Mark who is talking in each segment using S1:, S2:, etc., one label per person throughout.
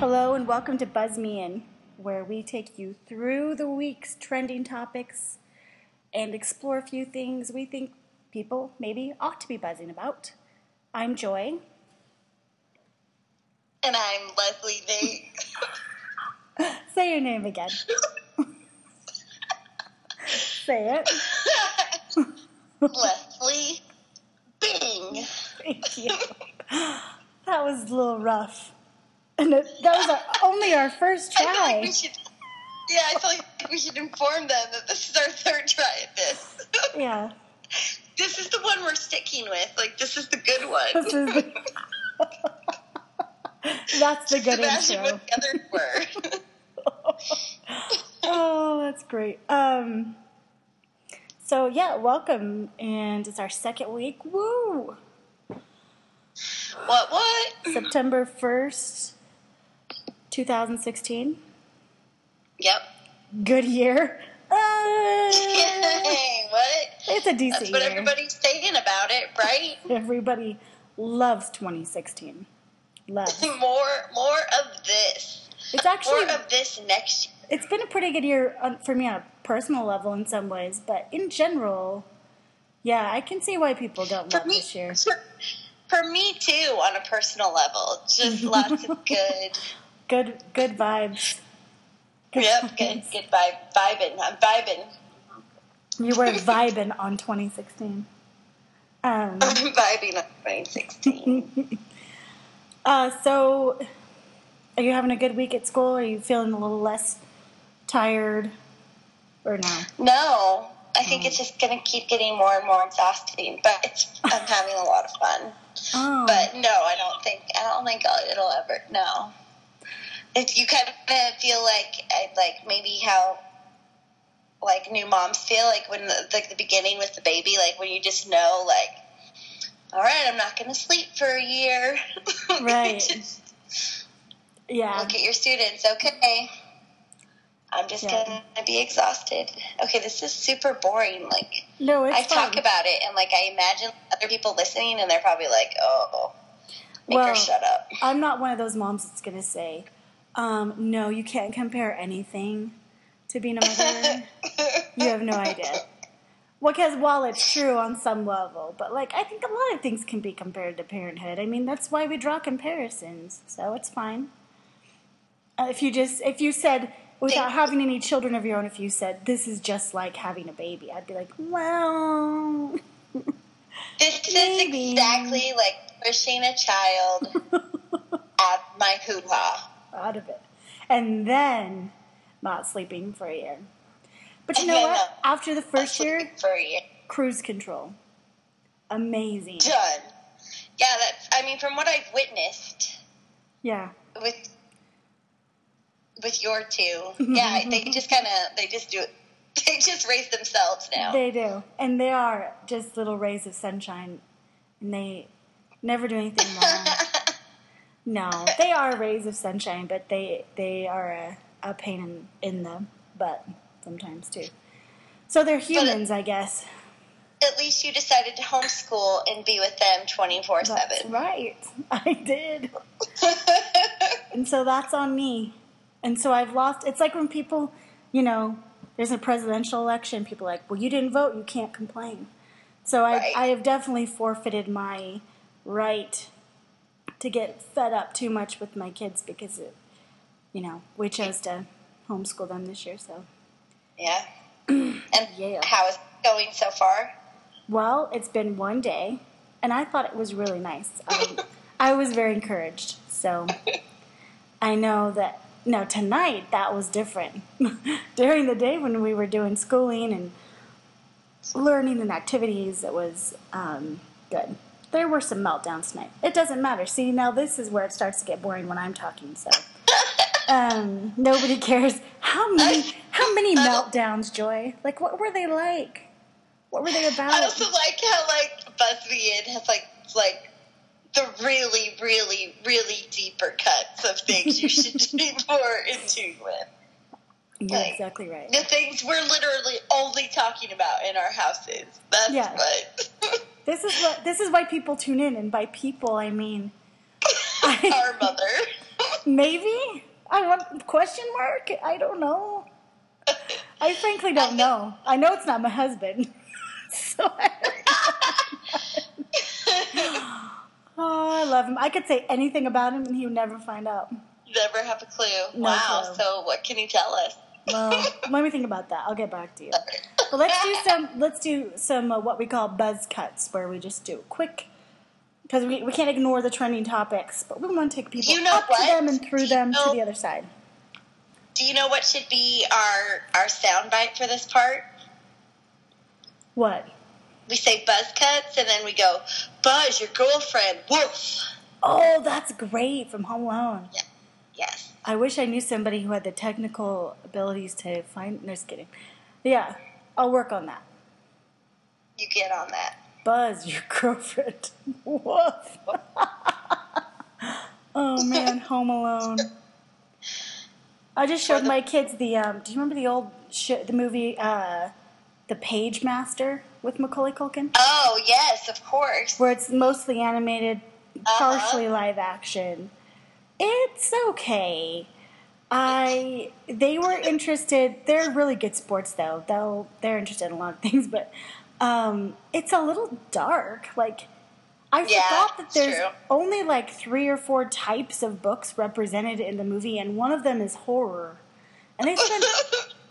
S1: and welcome to Buzz Me In, where we take you through the week's trending topics and explore a few things we think people maybe ought to be buzzing about. I'm Joy.
S2: And I'm Leslie Nate.
S1: Say your name again. Say it.
S2: Leslie Bing.
S1: Thank you. That was a little rough. And it, that was our, only our first
S2: I feel like
S1: try.
S2: we should. Yeah, I feel like we should inform them that this is our third try at this.
S1: Yeah.
S2: this is the one we're sticking with. Like, this is the good one.
S1: This is the, That's the good
S2: Imagine
S1: intro.
S2: what the others were.
S1: Oh, that's great. Um so yeah, welcome and it's our second week. Woo!
S2: what? What?
S1: September 1st, 2016.
S2: Yep.
S1: Good year. Uh,
S2: Yay! What?
S1: it's a decent
S2: That's what
S1: year.
S2: everybody's saying about it, right?
S1: Everybody loves 2016. Loves.
S2: more, more of this.
S1: It's actually
S2: More of this next. year.
S1: it's been a pretty good year on, for me on a personal level in some ways, but in general, yeah, I can see why people don't love
S2: For me,
S1: this year.
S2: for- for me too, on a personal level, just lots of good.
S1: Good, good vibes.
S2: Yep, good, good vibe, vibing. I'm vibing.
S1: You were vibing on 2016. Um,
S2: I'm vibing on 2016.
S1: uh, so, are you having a good week at school? Are you feeling a little less tired, or no?
S2: No, I
S1: Mm.
S2: think it's just gonna keep getting more and more exhausting. But it's, I'm having a lot of fun.
S1: Oh,
S2: But no, I don't think I don't think it'll ever. No, if you kind of feel like I- like maybe how like new moms feel like when the, like the beginning with the baby, like when you just know like, all right, I'm not gonna sleep for a year.
S1: Right.
S2: Just
S1: yeah,
S2: Look at your students. Okay. I'm just
S1: Yeah.
S2: gonna be exhausted. Okay, this is super boring. Like
S1: no, it's
S2: I talk
S1: fun.
S2: about it, and like I imagine other people listening, and they're probably like, "Oh, make
S1: Well,
S2: her shut up."
S1: I'm not one of those moms that's gonna say, um, "No, you can't compare anything to being a mother." you have no idea. Well, because while it's true on some level, but like I think a lot of things can be compared to parenthood. I mean, that's why we draw comparisons, so it's fine. Uh, if you just if you said without
S2: Thank-
S1: having any children of your own, if you said this is just like having a baby, I'd be like, well,
S2: This
S1: Maybe.
S2: is exactly like pushing a child out of my hoo ha.
S1: out of it, and then not sleeping for a year. But you know
S2: Yeah,
S1: what? After the first year,
S2: For a year.
S1: cruise control, amazing.
S2: Done. Yeah, that's, I mean, from what I've witnessed
S1: Yeah,
S2: with with your two, yeah, they just kind of, they just do it. They just raise themselves now.
S1: They do. And they are just little rays of sunshine. And they never do anything wrong. no, they are rays of sunshine, but they they are a, a pain in, in the butt sometimes too. So they're humans, I guess.
S2: At least you decided to homeschool and be with them 24
S1: That's
S2: 7.
S1: right. I did. and so that's on me. And so I've lost. It's like when people, you know, there's a presidential election, people are like, well, you didn't vote, you can't complain. So I,
S2: Right.
S1: I have definitely forfeited my right to get fed up too much with my kids because, it, you know, we chose to homeschool them this year. So,
S2: Yeah. And
S1: Yeah.
S2: how is it going so far?
S1: well, it's been one day, and I thought it was really nice. Um, I was very encouraged. So I know that now tonight that was different. During the day when we were doing schooling and learning and activities, it was um, good. There were some meltdowns tonight. It doesn't matter. See, now this is where it starts to get boring when I'm talking. So um, nobody cares how many how many meltdowns, Joy. Like what were they like? What were they
S2: I
S1: about?
S2: also like how like BuzzFeed has like like the really, really, really deeper cuts of things you should be more in tune with.
S1: You're exactly right.
S2: The things we're literally only talking about in our houses. That's
S1: Yeah.
S2: what
S1: This is what this is why people tune in, and by people I mean I,
S2: our mother.
S1: maybe I want question mark. I don't know. I frankly don't know. I know it's not my husband. so I oh, I love him. I could say anything about him and he would never find out.
S2: Never have a clue.
S1: No
S2: wow.
S1: clue.
S2: So what can you tell us?
S1: Well, let me think about that. I'll get back to you. But let's do some. Let's do some uh, what we call buzz cuts, where we just do quick because we, we can't ignore the trending topics, but we want to take people
S2: You know
S1: up to
S2: what?
S1: them and
S2: Do
S1: through
S2: you
S1: them to
S2: know-
S1: the other side.
S2: Do you know what should be our our soundbite for this part?
S1: What?
S2: We say buzz cuts, and then we go, "Buzz your girlfriend." Woof.
S1: Oh, that's great from Home Alone.
S2: Yes.
S1: I wish I knew somebody who had the technical abilities to find. No, just kidding. Yeah, I'll work on that.
S2: You get on that.
S1: Buzz your girlfriend. Woof. oh man, Home Alone. I just showed my kids the. Um, do you remember the old sh- the movie, uh, The Page Master with Macaulay Culkin,
S2: Oh yes, of course.
S1: where it's mostly animated,
S2: Uh-huh.
S1: partially live action. It's okay. I they were interested. They're really good sports though. Though they're interested in a lot of things, but um, it's a little dark. Like I
S2: Yeah,
S1: forgot that
S2: it's
S1: there's
S2: true.
S1: only like three or four types of books represented in the movie, and one of them is horror. And they spend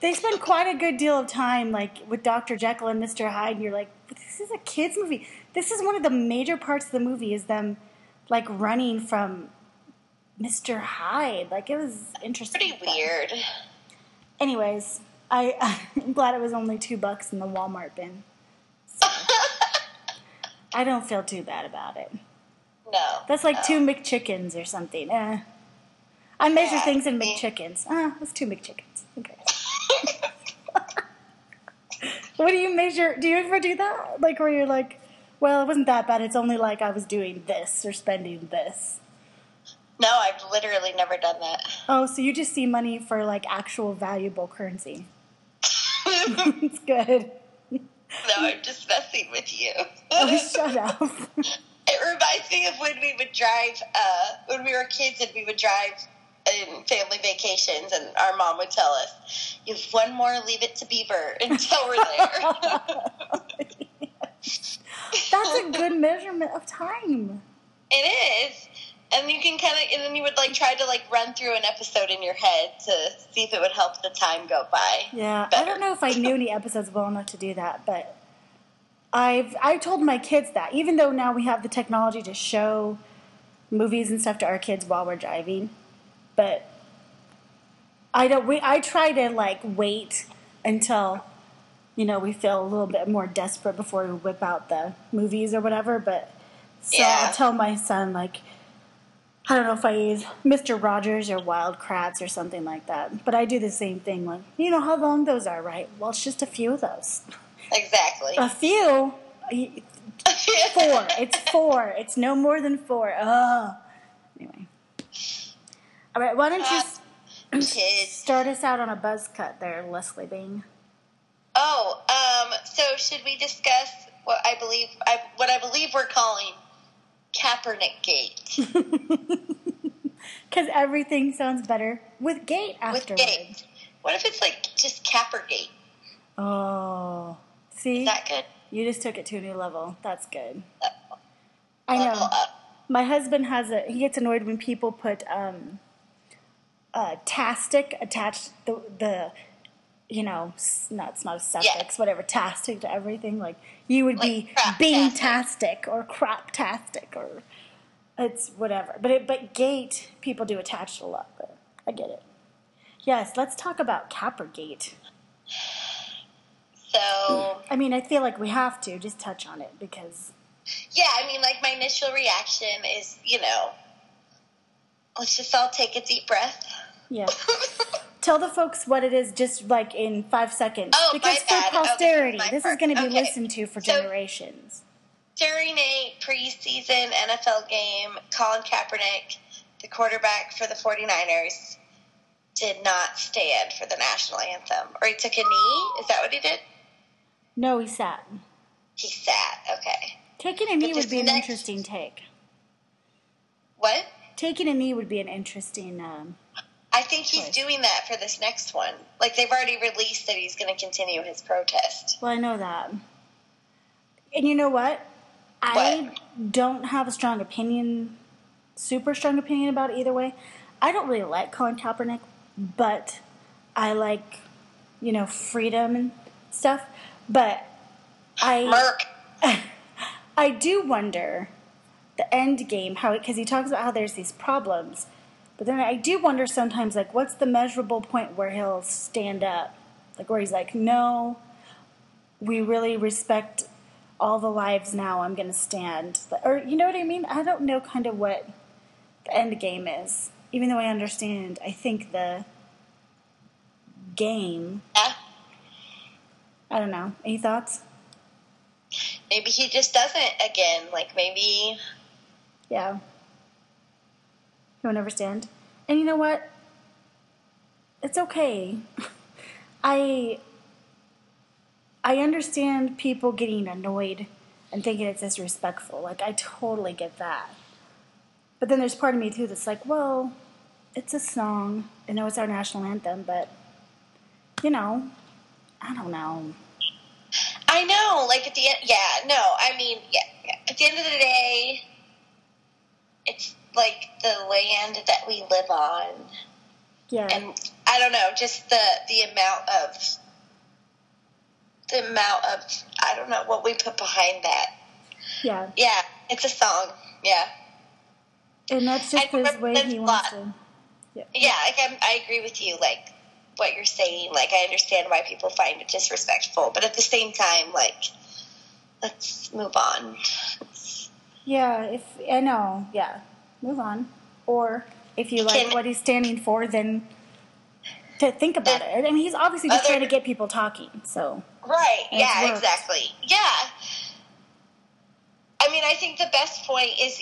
S1: they spend quite a good deal of time like with Dr. Jekyll and Mr. Hyde, and you're like, "But this is a kids movie. This is one of the major parts of the movie is them like running from Mr. Hyde. Like it was interesting.
S2: Pretty weird.
S1: Anyways, I I'm glad it was only two bucks in the Walmart bin. So I don't feel too bad about it.
S2: No.
S1: That's like
S2: no.
S1: two McChickens or something. Eh. I measure
S2: Yeah,
S1: things in
S2: me-
S1: McChickens. Ah, that's two McChickens. Okay. what do you measure? Do you ever do that? Like where you're like, well, it wasn't that bad. It's only like I was doing this or spending this.
S2: No, I've literally never done that.
S1: Oh, so you just see money for like actual valuable currency. it's good.
S2: No, I'm just messing with you.
S1: Oh, shut up.
S2: It reminds me of when we would drive, uh, when we were kids and we would drive in family vacations, and our mom would tell us, You have one more, leave it to Beaver until we're there.
S1: That's a good measurement of time.
S2: it is. And you can kind of, and then you would like try to like run through an episode in your head to see if it would help the time go by.
S1: Yeah, I
S2: better.
S1: don't know if I knew any episodes well enough to do that, but I've I told my kids that even though now we have the technology to show movies and stuff to our kids while we're driving, but I don't. We, I try to like wait until you know we feel a little bit more desperate before we whip out the movies or whatever. But so
S2: Yeah.
S1: I'll tell my son like I don't know if I use Mr. Rogers or Wild Kratts or something like that, but I do the same thing. Like, you know how long those are, right? Well, it's just a few of those.
S2: Exactly.
S1: A few? Four. It's four. It's no more than four. Ugh. Anyway. All right, why don't you s-
S2: Kids.
S1: start us out on a buzz cut there, Leslie Bing?
S2: Oh, um, so should we discuss what I believe, I, what I believe we're calling Kaepernick Gate?
S1: Because everything sounds better with gate
S2: with
S1: afterwards.
S2: gate. What if it's like just Cappergate?
S1: Oh. See?
S2: Is that good?
S1: you just took it to a new level. That's good.
S2: Level-
S1: I know.
S2: level up.
S1: My husband has a. He gets annoyed when people put um, uh, tastic attached the the, you know, s- not it's not a suffix, whatever tastic to everything. Like you would be
S2: Like
S1: being tastic or crop tastic or it's whatever. But it but gate people do attach a lot. But I get it. Yes, let's talk about Cappergate.
S2: So
S1: I mean, I feel like we have to just touch on it because
S2: yeah, I mean, like my initial reaction is, you know, let's just all take a deep breath.
S1: Yeah. Tell the folks what it is just like in five seconds.
S2: Oh, my
S1: because for
S2: bad. Oh, this is
S1: posterity,
S2: my
S1: this is
S2: part.
S1: going to be
S2: Okay.
S1: listened to for
S2: So-
S1: generations.
S2: During a preseason NFL game, Colin Kaepernick, the quarterback for the 49ers, did not stand for the national anthem, or he took a knee. Is that what he did?
S1: No, he sat.
S2: He sat. Okay.
S1: Taking a knee
S2: But
S1: would
S2: this
S1: be an
S2: next-
S1: interesting take.
S2: What?
S1: Taking a knee would be an interesting um,
S2: I think he's
S1: choice.
S2: doing that for this next one. Like they've already released that he's going to continue his protest.
S1: Well, I know that. And you know what? I don't have a strong opinion, super strong opinion about it either way. I don't really like Colin Kaepernick, but I like, you know, freedom and stuff. But I.
S2: Merc.
S1: I do wonder the end game, how because he talks about how there's these problems, but then I do wonder sometimes like what's the measurable point where he'll stand up, like where he's like, no, we really respect all the lives now. I'm gonna stand, or you know what I mean? I don't know kind of what the end game is, even though I understand. I think the game.
S2: Yeah.
S1: I don't know. Any thoughts?
S2: Maybe he just doesn't again. Like maybe
S1: Yeah. He won't understand. And you know what? It's okay. I I understand people getting annoyed and thinking it's disrespectful. Like I totally get that. But then there's part of me too that's like, well, it's a song. I know it's our national anthem, but you know, I don't know.
S2: I know. Like at the end, yeah. No, I mean, yeah. yeah. At the end of the day, it's like the land that we live on.
S1: Yeah.
S2: and I don't know, just the the amount of the amount of I don't know what we put behind that.
S1: yeah.
S2: Yeah, it's a song. Yeah,
S1: And that's
S2: I
S1: just his
S2: remember
S1: way
S2: this
S1: he wants
S2: lot.
S1: to.
S2: yeah. Like I'm, I agree with you. Like what you're saying. Like I understand why people find it disrespectful, but at the same time, like let's move on.
S1: Yeah, if I know, yeah, move on. Or if you like
S2: Can-
S1: what he's standing for, then to think about it. I mean, he's obviously just
S2: Other-
S1: trying to get people talking. So
S2: Right.
S1: And it's
S2: yeah.
S1: worked.
S2: Exactly. Yeah. I mean, I think the best point is,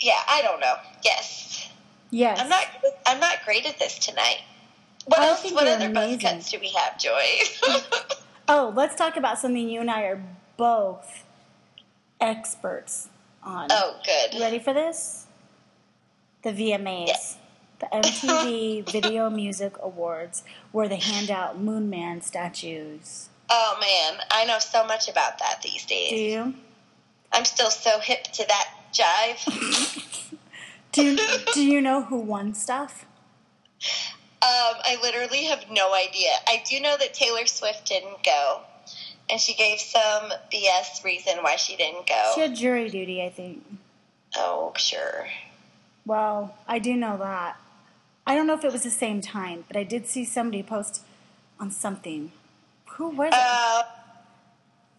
S2: yeah. I don't know. Yes.
S1: yes,
S2: I'm not. I'm not great at this tonight. What
S1: I
S2: else?
S1: think
S2: What
S1: you're
S2: other
S1: amazing.
S2: buzz cuts do we have, Joy?
S1: Oh, let's talk about something you and I are both experts on.
S2: oh,
S1: You
S2: good.
S1: ready for this? The VMAs, the MTV Video Music Awards, where they hand out Moon Man statues.
S2: Oh man, I know so much about that these days.
S1: Do you?
S2: I'm still so hip to that jive.
S1: Do you, do you know who won stuff?
S2: um, I literally have no idea. I do know that Taylor Swift didn't go, and she gave some BS reason why she didn't go.
S1: She had jury duty, I think.
S2: oh, sure.
S1: Well, I do know that. I don't know if it was the same time, but I did see somebody post on something. Who was it?
S2: Uh,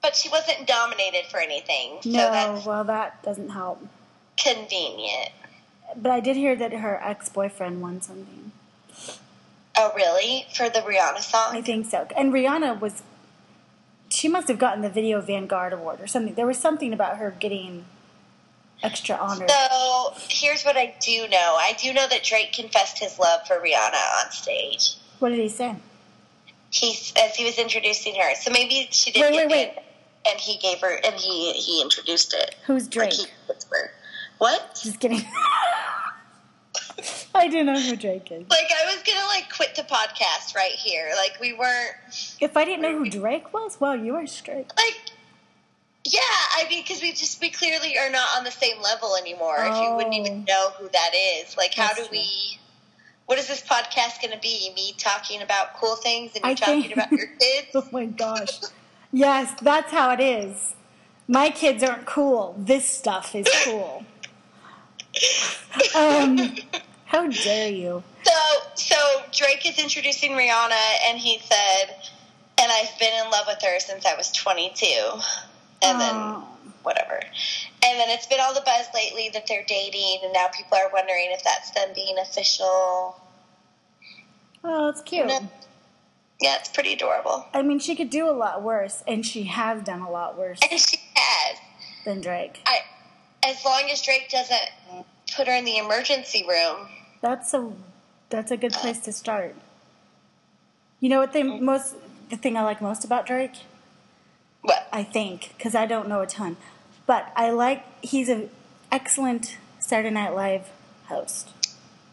S2: but she wasn't nominated for anything, so
S1: no,
S2: that's
S1: well, that doesn't help.
S2: convenient.
S1: But I did hear that her ex boyfriend won something.
S2: Oh, really? For the Rihanna song?
S1: I think so. And Rihanna was. She must have gotten the Video Vanguard Award or something. There was something about her getting extra honors.
S2: So here's what I do know. I do know that Drake confessed his love for Rihanna on stage.
S1: What did he say?
S2: He as he was introducing her. So maybe she did
S1: Wait,
S2: get
S1: wait,
S2: it, and he gave her and he he introduced it.
S1: Who's Drake?
S2: Like he whispered. What?
S1: Just kidding. I do know who Drake is.
S2: Like I was gonna like quit the podcast right here. Like we weren't
S1: If I didn't know who Drake was, well, you are straight.
S2: like yeah, I mean, because we just we clearly are not on the same level anymore. If you wouldn't even know who that is, like, how
S1: Oh. That's
S2: do
S1: true.
S2: we? What is this podcast going to be? Me talking about cool things and you
S1: I
S2: talking
S1: think-
S2: about your kids?
S1: Oh my gosh. Yes, that's how it is. My kids aren't cool. This stuff is cool. Um, how dare you?
S2: So, so Drake is introducing Rihanna, and he said, "And I've been in love with her since I was 22." And
S1: Aw.
S2: then whatever. And then it's been all the buzz lately that they're dating, and now people are wondering if that's them being official.
S1: Oh, it's cute.
S2: No. Yeah, it's pretty adorable.
S1: I mean, she could do a lot worse, and she has done a lot worse
S2: And she has.
S1: than Drake.
S2: I, as long as Drake doesn't put her in the emergency room.
S1: That's a that's a good place to start. You know what the most the thing I like most about Drake?
S2: What?
S1: I think, because I don't know a ton. But I like he's an excellent Saturday Night Live host.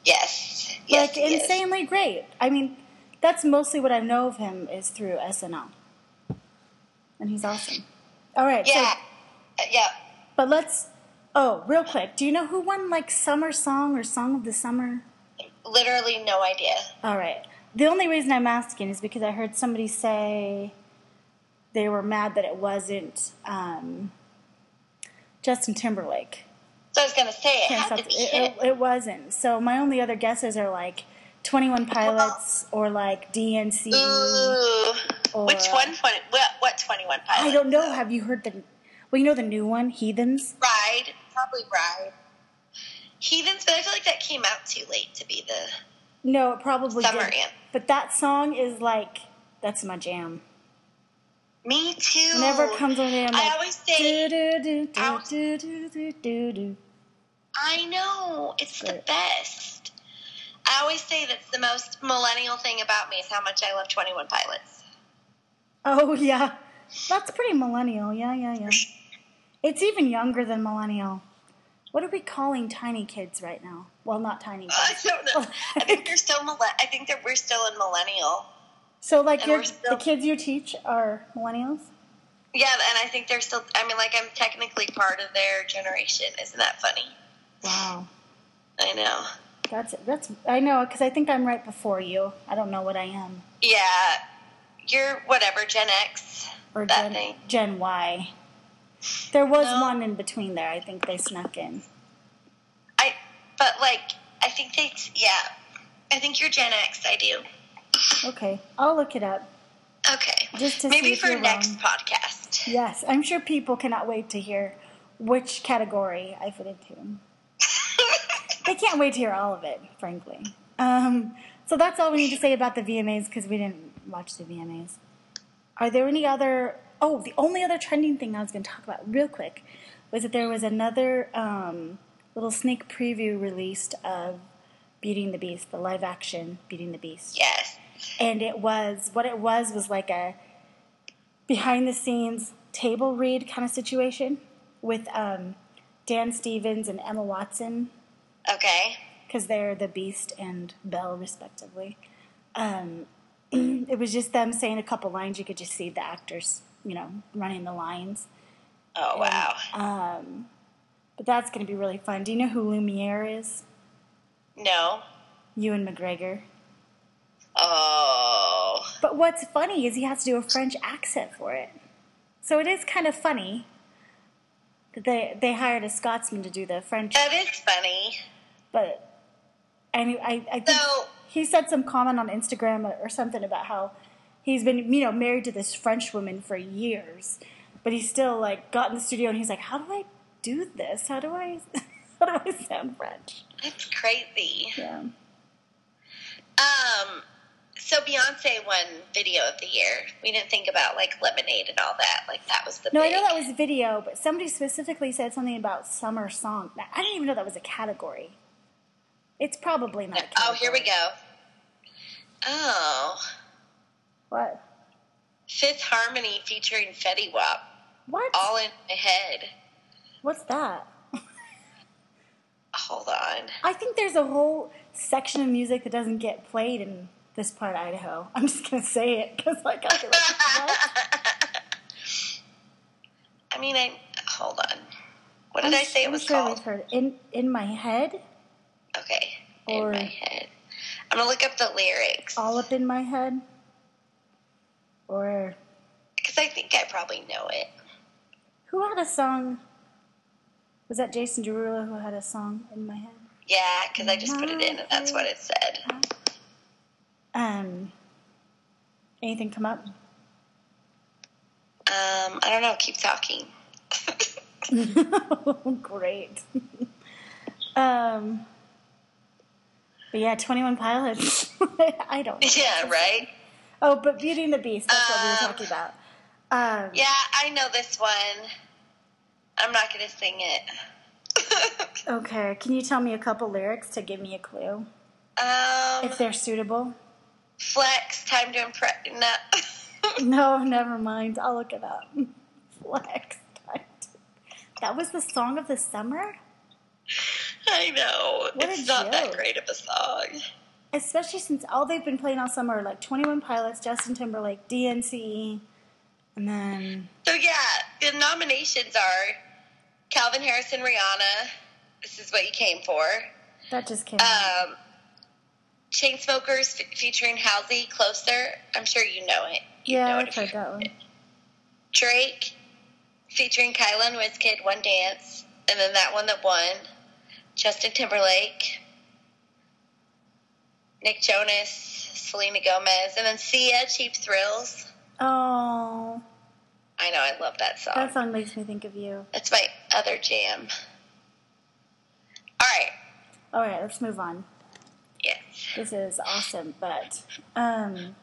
S2: Yes. Yes.
S1: like
S2: he is.
S1: insanely great. I mean, that's mostly what I know of him is through SNL, and he's awesome. All right,
S2: Yeah.
S1: so
S2: Uh, yeah.
S1: but let's. Oh, real quick, do you know who won like summer song or song of the summer?
S2: Literally no idea.
S1: All right. The only reason I'm asking is because I heard somebody say they were mad that it wasn't um, Justin Timberlake.
S2: So I was gonna say it
S1: Can't
S2: had
S1: stop-
S2: to
S1: It,
S2: be him.
S1: it- it wasn't. So my only other guesses are like Twenty One Pilots or like DNC.
S2: uh, Ooh.
S1: or-
S2: Which one? Twenty? What? What? Twenty One Pilots?
S1: I don't know. Have you heard the? Well, you know the new one, Heathens.
S2: Ride. Probably Ride. Heathens, but I feel like that came out too late to be the.
S1: No, it probably
S2: Summer
S1: did.
S2: Amp.
S1: But that song is like that's my jam.
S2: Me too.
S1: Whenever it comes on, there, I'm
S2: Oh, I
S1: like,
S2: always
S1: "Do,
S2: say-
S1: do, do,
S2: I always-
S1: do, do, do, do, do."
S2: I know. It's the
S1: Right.
S2: best. I always say that's the most millennial thing about me is how much I love Twenty One Pilots.
S1: Oh yeah, that's pretty millennial. Yeah, yeah, yeah. It's even younger than millennial. What are we calling tiny kids right now? Well, not tiny
S2: I
S1: kids.
S2: don't know. I think they're still. mille- I think that we're still in millennial.
S1: So, like,
S2: And
S1: your,
S2: we're
S1: the
S2: still-
S1: kids you teach are millennials.
S2: Yeah, and I think they're still. I mean, like I'm technically part of their generation. Isn't that funny?
S1: Wow,
S2: I know.
S1: that's that's. I know because I think I'm right before you. I don't know what I am
S2: Yeah, you're whatever Gen X.
S1: or
S2: That
S1: Gen
S2: thing.
S1: Gen Y. There was
S2: No.
S1: one in between there. I think they snuck in.
S2: I. But like, I think they. Yeah, I think you're Gen X. I do.
S1: Okay, I'll look it up.
S2: Okay.
S1: Just to see
S2: Maybe
S1: if
S2: for
S1: you're
S2: next
S1: wrong.
S2: podcast.
S1: Yes, I'm sure people cannot wait to hear which category I fit into. they can't wait to hear all of it, frankly. Um, so that's all we need to say about the VMAs because we didn't watch the VMAs. Are there any other? Oh, the only other trending thing I was going to talk about real quick was that there was another um, little sneak preview released of Beauty and the Beast, the live action Beauty and the Beast
S2: Yes.
S1: and it was what it was was like a behind the scenes table read kind of situation with um, Dan Stevens and Emma Watson
S2: Okay.
S1: because they're the Beast and Belle respectively. Um, it was just them saying a couple lines. You could just see the actors, you know, running the lines.
S2: Oh wow.
S1: Um, but that's going to be really fun. Do you know who Lumiere is?
S2: No.
S1: Ewan McGregor.
S2: Oh.
S1: But what's funny is he has to do a French accent for it. So it is kind of funny that they they hired a Scotsman to do the French.
S2: That is funny.
S1: But I mean, I, I think
S2: So-
S1: he said some comment on Instagram or- or something about how he's been you know married to this French woman for years, but he's still like got in the studio and he's like, how do I do this? How do I how do I sound French?
S2: That's crazy.
S1: Yeah.
S2: Um, so Beyonce won Video of the Year. We didn't think about like Lemonade and all that. Like that was the
S1: No, I
S2: big.
S1: know that was video, but somebody specifically said something about summer song. Now, I didn't even know that was a category. It's probably not. A
S2: Oh, here we
S1: category.
S2: go. Oh,
S1: What?
S2: Fifth Harmony featuring Fetty Wap,
S1: What?
S2: all in my head.
S1: What's that?
S2: Hold on.
S1: I think there's a whole section of music that doesn't get played in this part of Idaho. I'm just gonna say it because like, I feel like what?
S2: I mean, I hold on. What did
S1: I'm
S2: i say
S1: I'm
S2: it was
S1: sure
S2: called?
S1: We've heard it. in in my head,
S2: Okay,
S1: Or-
S2: in my head. I'm gonna look up the lyrics
S1: all up in my head, or
S2: because I think I probably know it.
S1: who had a song? Was that Jason Derulo who had a song in my head?
S2: Yeah, because I just put it in and that's what it said.
S1: Um, anything come up?
S2: Um, I don't know. Keep talking.
S1: Great. um, but yeah, Twenty One Pilots. I don't. know.
S2: yeah, right.
S1: Oh, but Beauty and the Beast. That's what we were
S2: Um,
S1: talking about. Um,
S2: Yeah, I know this one. I'm not gonna sing it.
S1: Okay. Can you tell me a couple lyrics to give me a clue
S2: um,
S1: if they're suitable?
S2: flex. Time to impress. No.
S1: No, never mind. I'll look it up. Flex. That was the song of the summer.
S2: I know.
S1: What a
S2: it's not that
S1: joke.
S2: great of a song.
S1: Especially since all they've been playing all summer are like 21 Pilots, Justin Timberlake, DNC, and then
S2: So yeah, the nominations are Calvin Harrison, Rihanna. This is what you came for.
S1: that just came.
S2: Um, Chainsmokers f- featuring Halsey, Closer. I'm sure you know it. You
S1: yeah,
S2: know
S1: I
S2: it if
S1: tried
S2: you-
S1: that one.
S2: Drake featuring Kylan Wizkid, One Dance, and then that one that won, Justin Timberlake, Nick Jonas, Selena Gomez, and then Sia, Cheap Thrills.
S1: Oh,
S2: I know, I love that song.
S1: that song makes me think of you.
S2: That's my other jam. All right.
S1: All right, let's move on.
S2: Yes.
S1: This is awesome, but um,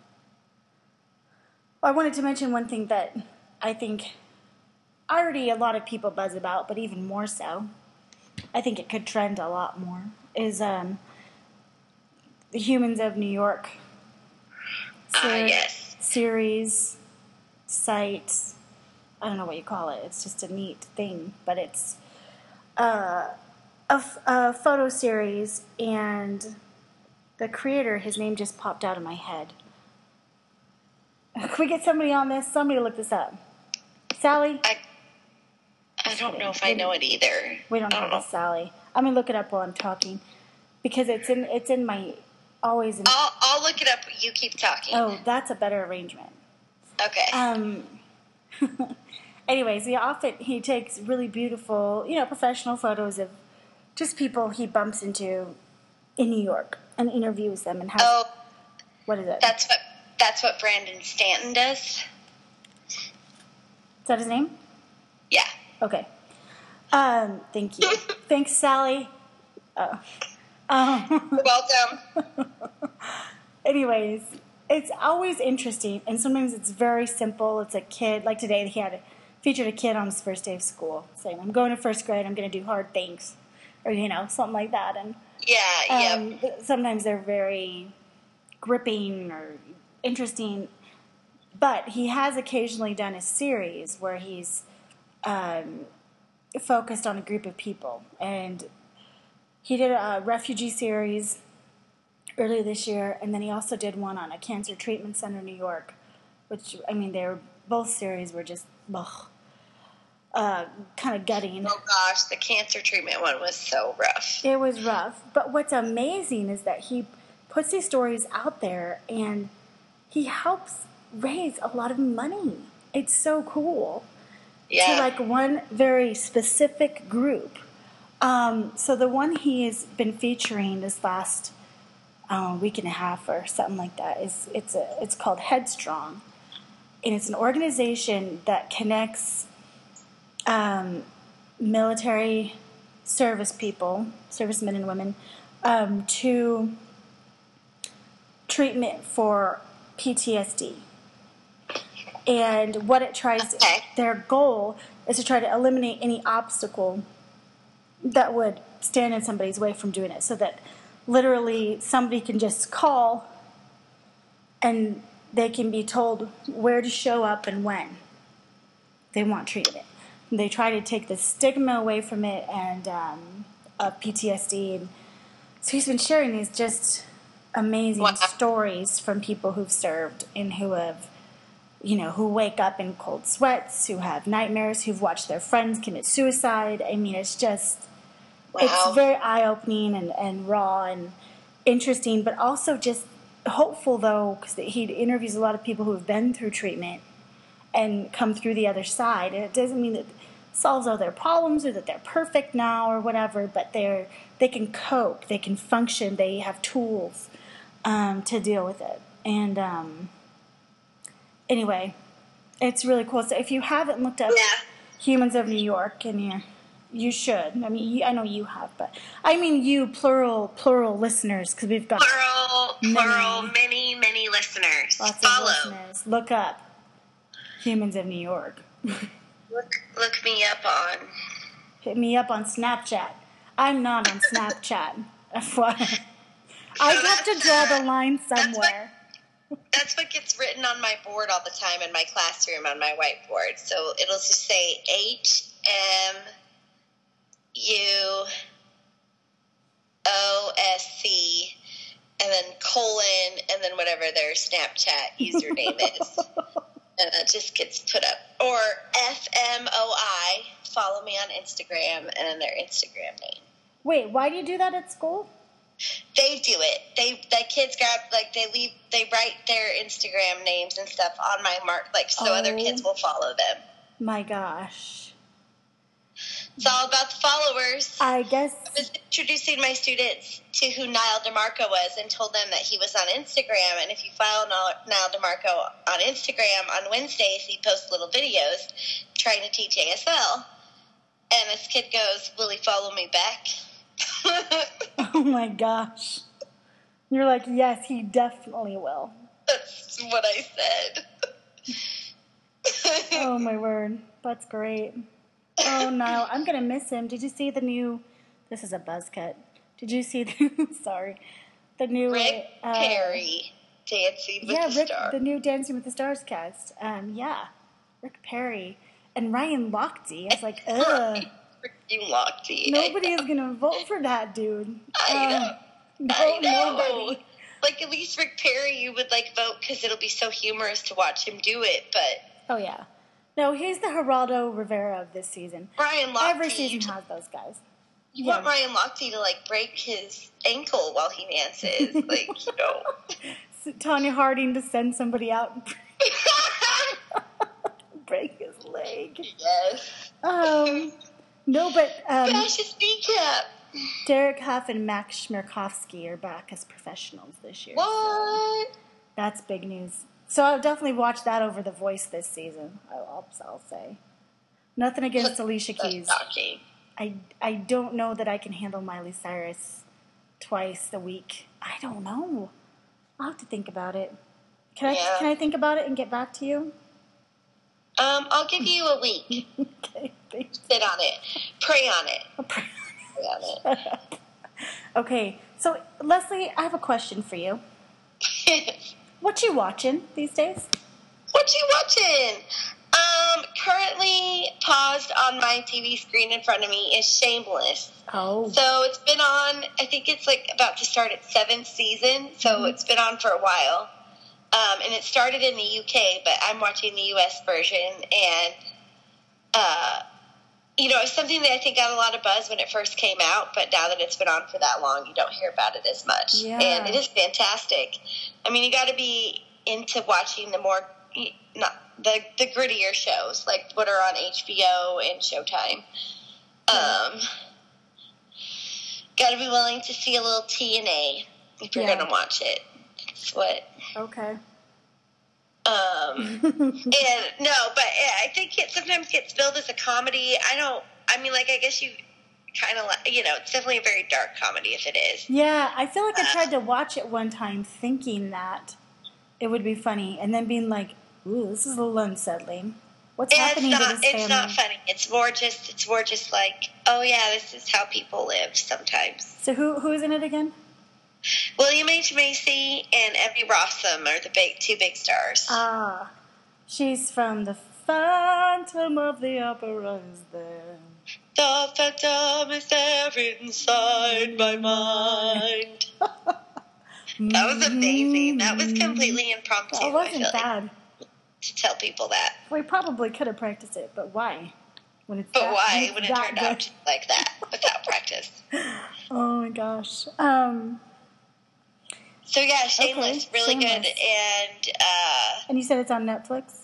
S1: I wanted to mention one thing that I think already a lot of people buzz about, but even more so, I think it could trend a lot more is um, the Humans of New York
S2: Ah,
S1: ser-
S2: yes.
S1: series site. I don't know what you call it. It's just a neat thing, but it's uh, a, f- a photo series, and the creator, his name just popped out of my head. Can we get somebody on this? Somebody look this up. Sally?
S2: I I don't know if I know it either.
S1: We don't
S2: I
S1: have a Sally. I'm gonna look it up while I'm talking because it's in it's in my always. In,
S2: I'll I'll look it up. You keep talking.
S1: oh, that's a better arrangement.
S2: Okay.
S1: Um. anyways, he often he takes really beautiful, you know, professional photos of just people he bumps into in New York and interviews them and has
S2: oh,
S1: what is it? Is
S2: that's what that's what Brandon Stanton does.
S1: that his name?
S2: Yeah.
S1: Okay. Um. Thank you. Thanks, Sally. Oh. Um.
S2: Welcome.
S1: anyways, it's always interesting, and sometimes it's very simple. It's a kid, like today, he had featured a kid on his first day of school saying, "I'm going to first grade. I'm going to do hard things," or you know, something like that. And
S2: Yeah.
S1: um,
S2: yep.
S1: but sometimes they're very gripping or interesting. But he has occasionally done a series where he's um, focused on a group of people, and he did a refugee series earlier this year, and then he also did one on a cancer treatment center in New York, which I mean, they were both series were just ugh, uh, kind of gutting.
S2: Oh gosh, the cancer treatment one was so rough.
S1: It was rough. But what's amazing is that he puts these stories out there and he helps raise a lot of money. It's so cool
S2: Yeah.
S1: to like one very specific group. Um, so the one he has been featuring this last uh, week and a half or something like that is it's a, it's called Headstrong, and it's an organization that connects um, military service people, servicemen and women, um, to treatment for PTSD. And what it tries,
S2: Okay.
S1: their goal is to try to eliminate any obstacle that would stand in somebody's way from doing it so that literally somebody can just call and they can be told where to show up and when they want treatment. They try to take the stigma away from it and um, of PTSD. And so he's been sharing these just amazing
S2: Wow.
S1: stories from people who've served and who have, you know, who wake up in cold sweats, who have nightmares, who've watched their friends commit suicide. I mean, it's just
S2: wow.
S1: it's very eye opening and, and raw and interesting, but also just hopeful though, because he interviews a lot of people who have been through treatment and come through the other side. And it doesn't mean that it solves all their problems or that they're perfect now or whatever, but they're they can cope, they can function, they have tools um, to deal with it. And um, anyway, it's really cool. So if you haven't looked up
S2: Yeah.
S1: humans of New York, and you you should. I mean, you, I know you have, but I mean you plural plural listeners because we've got
S2: plural, plural,
S1: Many.
S2: many, many listeners.
S1: lots of
S2: Follow.
S1: listeners. Look up humans of New York.
S2: Look, look me up on.
S1: Hit me up on Snapchat. I'm not on Snapchat. FYI. I have to draw the line somewhere.
S2: That's what gets written on my board all the time in my classroom on my whiteboard. So it'll just say H M U O S C, and then colon, and then whatever their Snapchat username is. And it just gets put up. Or F M O I, follow me on Instagram, and then their Instagram name.
S1: Wait, why do you do that at school?
S2: They do it. They the kids grab like they leave they write their Instagram names and stuff on my mark like so other
S1: Oh.
S2: kids will follow them.
S1: My gosh.
S2: It's all about the followers. I
S1: I guess.
S2: was introducing my students to who Niall DeMarco was and told them that he was on Instagram. And if you follow Niall Niall DeMarco on Instagram on Wednesdays, he posts little videos trying to teach ASL. And this kid goes, Will he follow me back?
S1: Oh my gosh. You're like, yes, he definitely will.
S2: That's what I said.
S1: Oh my word. That's great. Oh Niall, I'm gonna miss him. Did you see the new this is a buzz cut. Did you see the sorry. The new
S2: Rick
S1: uh,
S2: Perry dancing with
S1: yeah,
S2: the
S1: Rick,
S2: star.
S1: the new Dancing with the Stars cast. Um, yeah, Rick Perry and Ryan Lochte. I was like, ugh,
S2: Freaking Lochte.
S1: nobody is gonna vote for that dude.
S2: I know.
S1: Uh, no,
S2: I know.
S1: nobody.
S2: Like at least Rick Perry, you would like vote because it'll be so humorous to watch him do it. But
S1: Oh yeah, no, he's the Geraldo Rivera of this season.
S2: Ryan Lochte,
S1: Every season
S2: you,
S1: has those guys.
S2: you
S1: yeah.
S2: want Ryan Lochte to like break his ankle while he dances, like you know.
S1: Tanya Harding to send somebody out and break his leg.
S2: yes,
S1: Um, no, but um,
S2: smash his kneecap.
S1: Derek Huff and Max Schmirkovsky are back as professionals this year.
S2: What?
S1: That's big news. So I'll definitely watch that over The Voice this season. I'll, I'll, I'll say. Nothing against Alicia
S2: That's
S1: Keys.
S2: shocking.
S1: I, I don't know that I can handle Miley Cyrus twice a week. I don't know. I'll have to think about it. Can I
S2: Yeah.
S1: can I think about it and get back to you?
S2: Um, I'll give you a week.
S1: Okay, thanks.
S2: Sit on it. Pray on it.
S1: I'll pray.
S2: Pray on
S1: Okay, so Leslie, I have a question for you.
S2: it.
S1: What you watching these days?
S2: What you watching? Um, currently paused on my TV screen in front of me is Shameless.
S1: Oh,
S2: So it's been on. I think it's like about to start its seventh season. So
S1: Mm-hmm.
S2: it's been on for a while, um, and it started in the UK, but I'm watching the US version, and uh, you know, it's something that I think got a lot of buzz when it first came out, but now that it's been on for that long, you don't hear about it as much,
S1: Yeah.
S2: and it is fantastic. I mean, you got to be into watching the more not the the grittier shows like what are on HBO and Showtime. Um, gotta be willing to see a little TNA if you're
S1: Yeah.
S2: gonna watch it. That's what.
S1: okay.
S2: Um, and no, but yeah, I think it sometimes gets billed as a comedy. I don't. I mean, like I guess you kind of like you know, it's definitely a very dark comedy if it is.
S1: Yeah, I feel like I tried to watch it one time thinking that it would be funny, and then being like, "Ooh, this is a little unsettling. What's
S2: Yeah, it's
S1: happening
S2: not.
S1: to this
S2: It's
S1: family?"
S2: not funny. It's more just. It's more just like, oh yeah, this is how people live sometimes.
S1: So who who's in it again?
S2: William H Macy and Evie Rossum are the big two big stars.
S1: Ah, she's from the Phantom of the Opera. Is there?
S2: The phantom is there inside
S1: Mm.
S2: my mind. That was amazing. That was completely impromptu.
S1: Mm. That
S2: I feel
S1: Oh, wasn't
S2: like,
S1: bad.
S2: to tell people that.
S1: We probably could have practiced it, but why? When it's
S2: But
S1: that-
S2: why
S1: it's
S2: when it
S1: that
S2: turned
S1: good.
S2: out like that without practice?
S1: Oh my gosh. Um,
S2: So yeah,
S1: Okay,
S2: Shameless, really
S1: Shameless.
S2: good, and uh,
S1: and you said it's on Netflix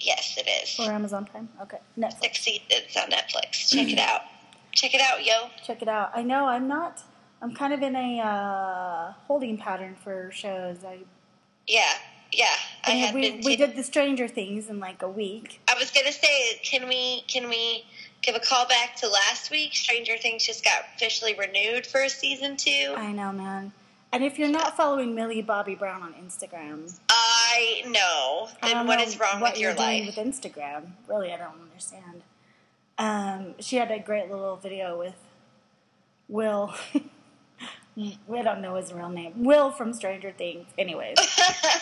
S2: yes, it is.
S1: or Amazon Prime? Okay, Netflix.
S2: Six seasons on Netflix. Check
S1: Mm.
S2: it out. Check it out, yo.
S1: check it out. I know I'm not. I'm kind of in a uh, holding pattern for shows. I,
S2: Yeah, yeah. I
S1: and
S2: had
S1: we,
S2: been.
S1: we
S2: too.
S1: did the Stranger Things in like a week.
S2: I was gonna say, can we can we give a call back to last week? Stranger Things just got officially renewed for season two.
S1: I know, man. And if you're not following Millie Bobby Brown on Instagram,
S2: I know.
S1: I
S2: Then
S1: don't
S2: what
S1: know
S2: is wrong
S1: what
S2: with
S1: you're
S2: your
S1: doing with
S2: life?
S1: Instagram? Really, I don't understand. Um, she had a great little video with Will. we don't know his real name. Will from Stranger Things. Anyways,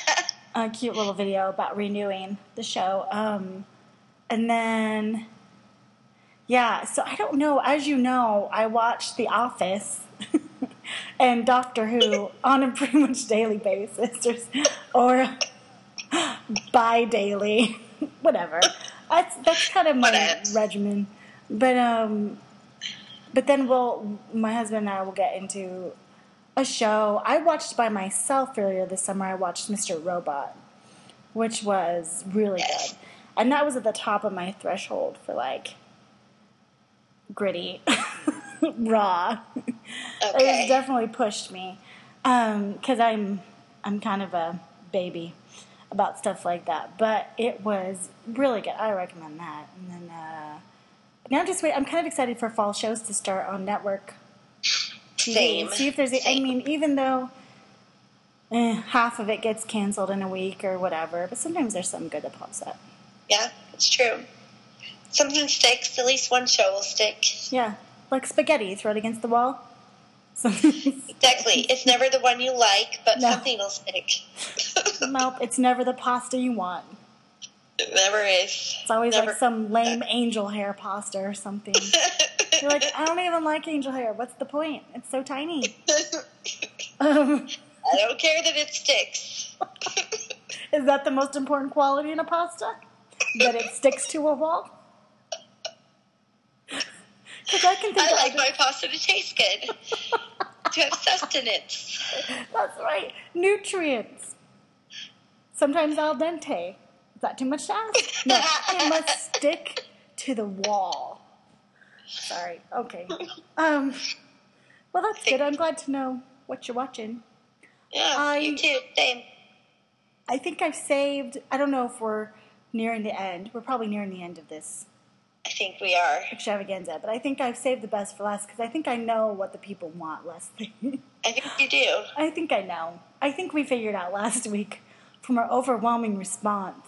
S1: a cute little video about renewing the show. Um, and then, yeah. So I don't know. As you know, I watched The Office. and Doctor Who on a pretty much daily basis or, or bi daily, whatever. That's that's kind of my
S2: Whatevs.
S1: regimen. But um, but then we'll my husband and I will get into a show I watched by myself earlier this summer. I watched Mr. Robot, which was really
S2: Yes.
S1: good, and that was at the top of my threshold for like gritty, raw. It
S2: Okay.
S1: was definitely pushed me because I'm I'm kind of a baby about stuff like that. But it was really good. I recommend that. And then uh, now just wait. I'm kind of excited for fall shows to start on network TV.
S2: Same.
S1: See if there's. a- I
S2: Same.
S1: mean, even though. eh, half of it gets canceled in a week or whatever, but sometimes there's some good that pops up.
S2: Yeah, it's true. Something sticks. At least one show will stick.
S1: Yeah, like spaghetti, throw it against the wall. Something
S2: Exactly. It's never the one you like, but
S1: No.
S2: something will stick.
S1: Nope, it's never the pasta you want.
S2: It never is.
S1: It's always
S2: Never.
S1: like some lame angel hair pasta or something. You're like, I don't even like angel hair. What's the point? It's so tiny. Um,
S2: I don't care that it sticks.
S1: is that the most important quality in a pasta? That it sticks to a wall? Because I can think
S2: I
S1: of
S2: like my pasta to taste good, to have sustenance.
S1: That's right. Nutrients. Sometimes al dente. Is that too much to ask? No, it must stick to the wall. Sorry. Okay. Um. Well, that's good. I'm glad to know what you're watching.
S2: Yeah,
S1: I-
S2: you too. Same.
S1: I think I've saved. I don't know if we're nearing the end. We're probably nearing the end of this
S2: I think we are.
S1: extravaganza, but I think I've saved the best for last because I think I know what the people want, Leslie.
S2: I think you do.
S1: I think I know. I think we figured out last week from our overwhelming response.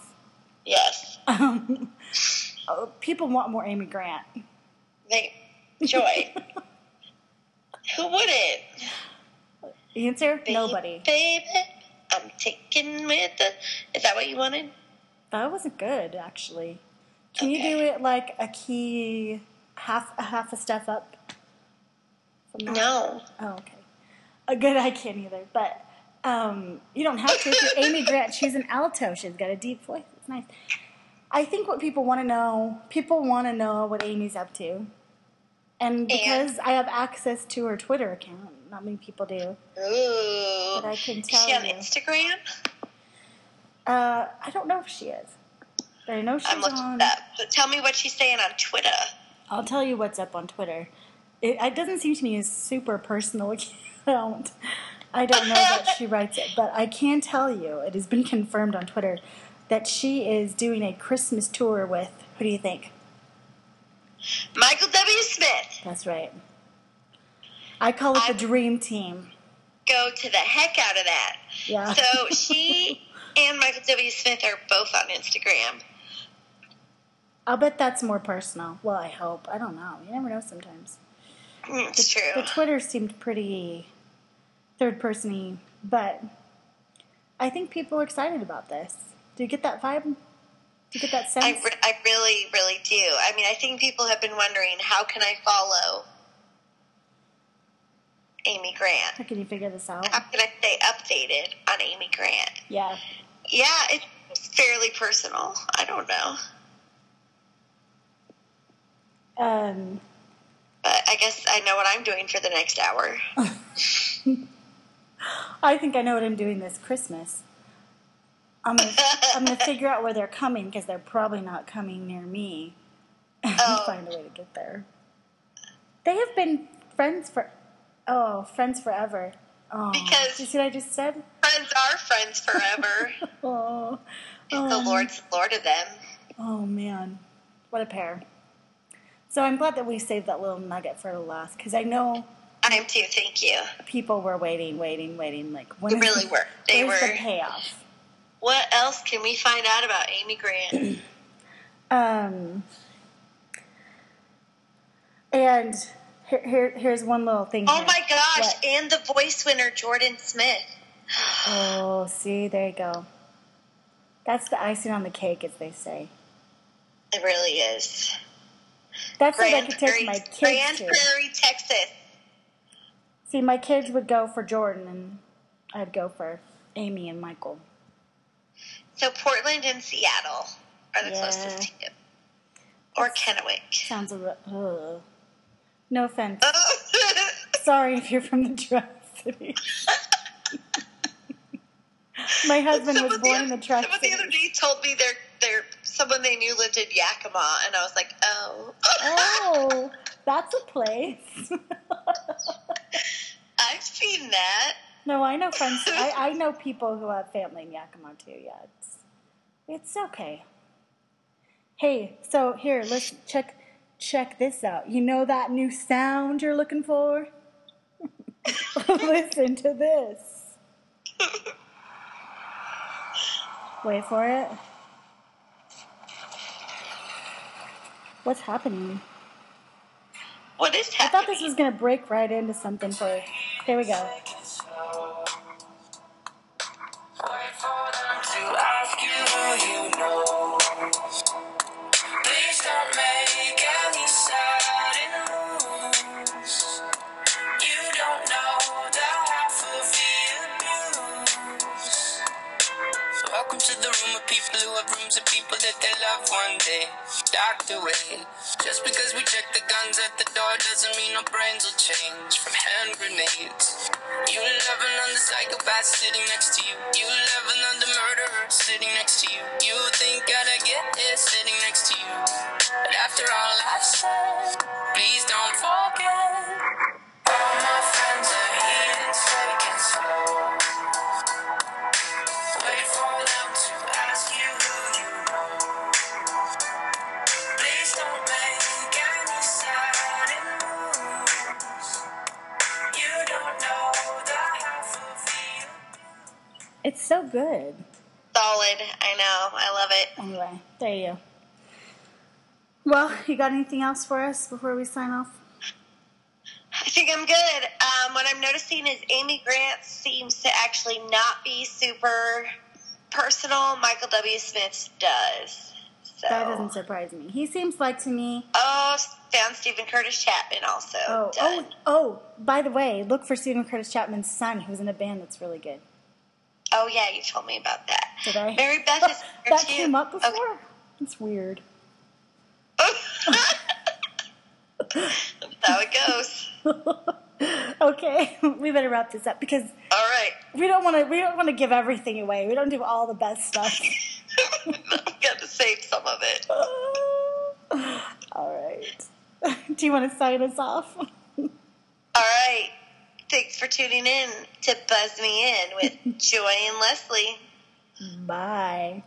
S2: Yes.
S1: Um, oh, people want more Amy Grant.
S2: Like, joy. Who wouldn't?
S1: The answer?
S2: Baby,
S1: Nobody.
S2: Baby, I'm taken with the. Is that what you wanted?
S1: That wasn't good, actually. Can
S2: Okay.
S1: you do it like a key, half a half a step up? from that?
S2: No.
S1: Oh, okay. A good I can't either, but um, you don't have to. If you're Amy Grant, she's an alto. She's got a deep voice. It's nice. I think what people want to know, people want to know what Amy's up to, and because I have access to her Twitter account, not many people do.
S2: Ooh.
S1: But I can
S2: Is she
S1: tell
S2: on
S1: you.
S2: Instagram?
S1: Uh, I don't know if she is, but I know she's
S2: I'm looking
S1: on.
S2: it up. But tell me what she's saying on Twitter.
S1: I'll tell you what's up on Twitter. It, it doesn't seem to me a super personal account. I don't know that she writes it, but I can tell you it has been confirmed on Twitter that she is doing a Christmas tour with who do you think?
S2: Michael W. Smith.
S1: That's right. I call it
S2: I-
S1: the dream team.
S2: Go to the heck out of that.
S1: Yeah.
S2: So she and Michael W. Smith are both on Instagram.
S1: I'll bet that's more personal. Well, I hope. I don't know. You never know sometimes.
S2: Mm, It's
S1: The
S2: true.
S1: Twitter seemed pretty third person y, but I think people are excited about this. Do you get that vibe? Do you get that sense?
S2: I, re- I really, really do. I mean, I think people have been wondering how can I follow Amy Grant?
S1: How can you figure this out?
S2: How can I stay updated on Amy Grant?
S1: Yeah.
S2: Yeah, it's fairly personal. I don't know.
S1: Um,
S2: But I guess I know what I'm doing for the next hour.
S1: I think I know what I'm doing this Christmas. I'm gonna, I'm gonna figure out where they're coming because they're probably not coming near me. And
S2: Oh.
S1: Find a way to get there. They have been friends for, oh, friends forever. Oh,
S2: Because-
S1: you see what I just said?
S2: Friends are friends forever.
S1: Oh,
S2: the
S1: oh.
S2: Lord's the Lord of them.
S1: Oh man, what a pair! So I'm glad that we saved that little nugget for the last because I know
S2: I am too, thank you.
S1: people were waiting, waiting, waiting. Like when
S2: They
S1: is
S2: really
S1: the-
S2: were. They
S1: where's
S2: were.
S1: the payoff.
S2: What else can we find out about Amy Grant?
S1: Um, and here, here, here's one little thing.
S2: Oh
S1: here.
S2: my gosh,
S1: What?
S2: and the voice winner, Jordan Smith.
S1: Oh, see, there you go. That's the icing on the cake, as they say.
S2: It really is.
S1: That's what I
S2: Grand
S1: could take
S2: Prairie,
S1: my kids
S2: Grand
S1: to.
S2: Prairie, Texas.
S1: See, my kids would go for Jordan, and I'd go for Amy and Michael.
S2: So Portland and Seattle are the
S1: Yeah.
S2: closest to you. Or Kennewick.
S1: Sounds a real. Ugh. No offense.
S2: Oh.
S1: Sorry if you're from the Tri City. my husband was
S2: Someone
S1: born in
S2: the,
S1: the
S2: oth-
S1: Tri
S2: someone the
S1: City.
S2: other day told me their their someone they knew lived in Yakima, and I was like, oh,
S1: Oh, that's a place.
S2: I've seen that.
S1: no, I know friends. I, I know people who have family in Yakima too. Yeah, it's it's okay. Hey, so here, let's check check this out. You know that new sound you're looking for? Listen to this. Wait for it. What's happening?
S2: What is
S1: I thought this
S2: happening?
S1: was gonna break right into something for. Here we go.
S3: Wait for them to ask you who you know. Please don't make any sudden moves. You don't know the half of the abuse. Welcome to the room of people who have rooms of people that they love one day docked away. Just because we check the guns at the door doesn't mean our brains will change from hand grenades. You love another psychopath sitting next to you. You love another murderer sitting next to you. You think I'd get this sitting next to you. But after all I've said, please don't forget. All my friends are heathens, fake and slow. Wait for them to ask you who you know. Please don't make any sudden moves. You don't know the half of the
S1: It's so good.
S2: Solid. I know. I love it.
S1: Anyway, there you go. Well, you got anything else for us before we sign off?
S2: I think I'm good. Um, what I'm noticing is Amy Grant seems to actually not be super personal. Michael W. Smith does. So.
S1: That doesn't surprise me. He seems like to me.
S2: Oh, found Stephen Curtis Chapman also.
S1: Oh,
S2: done.
S1: oh, oh! By the way, look for Stephen Curtis Chapman's son, who's in a band that's really good.
S2: Oh yeah, you told me about that.
S1: Did I?
S2: Mary Beth is there
S1: that
S2: too.
S1: came up
S2: Okay.
S1: before. It's weird.
S2: That's how it goes.
S1: okay, we better wrap this up because
S2: All right,
S1: we don't want to. We don't want to give everything away. We don't do all the best stuff.
S2: I'm gonna save some of it.
S1: all right. do you want to sign us off?
S2: All right, thanks for tuning in to Buzz Me In with Joy and Leslie.
S1: Bye.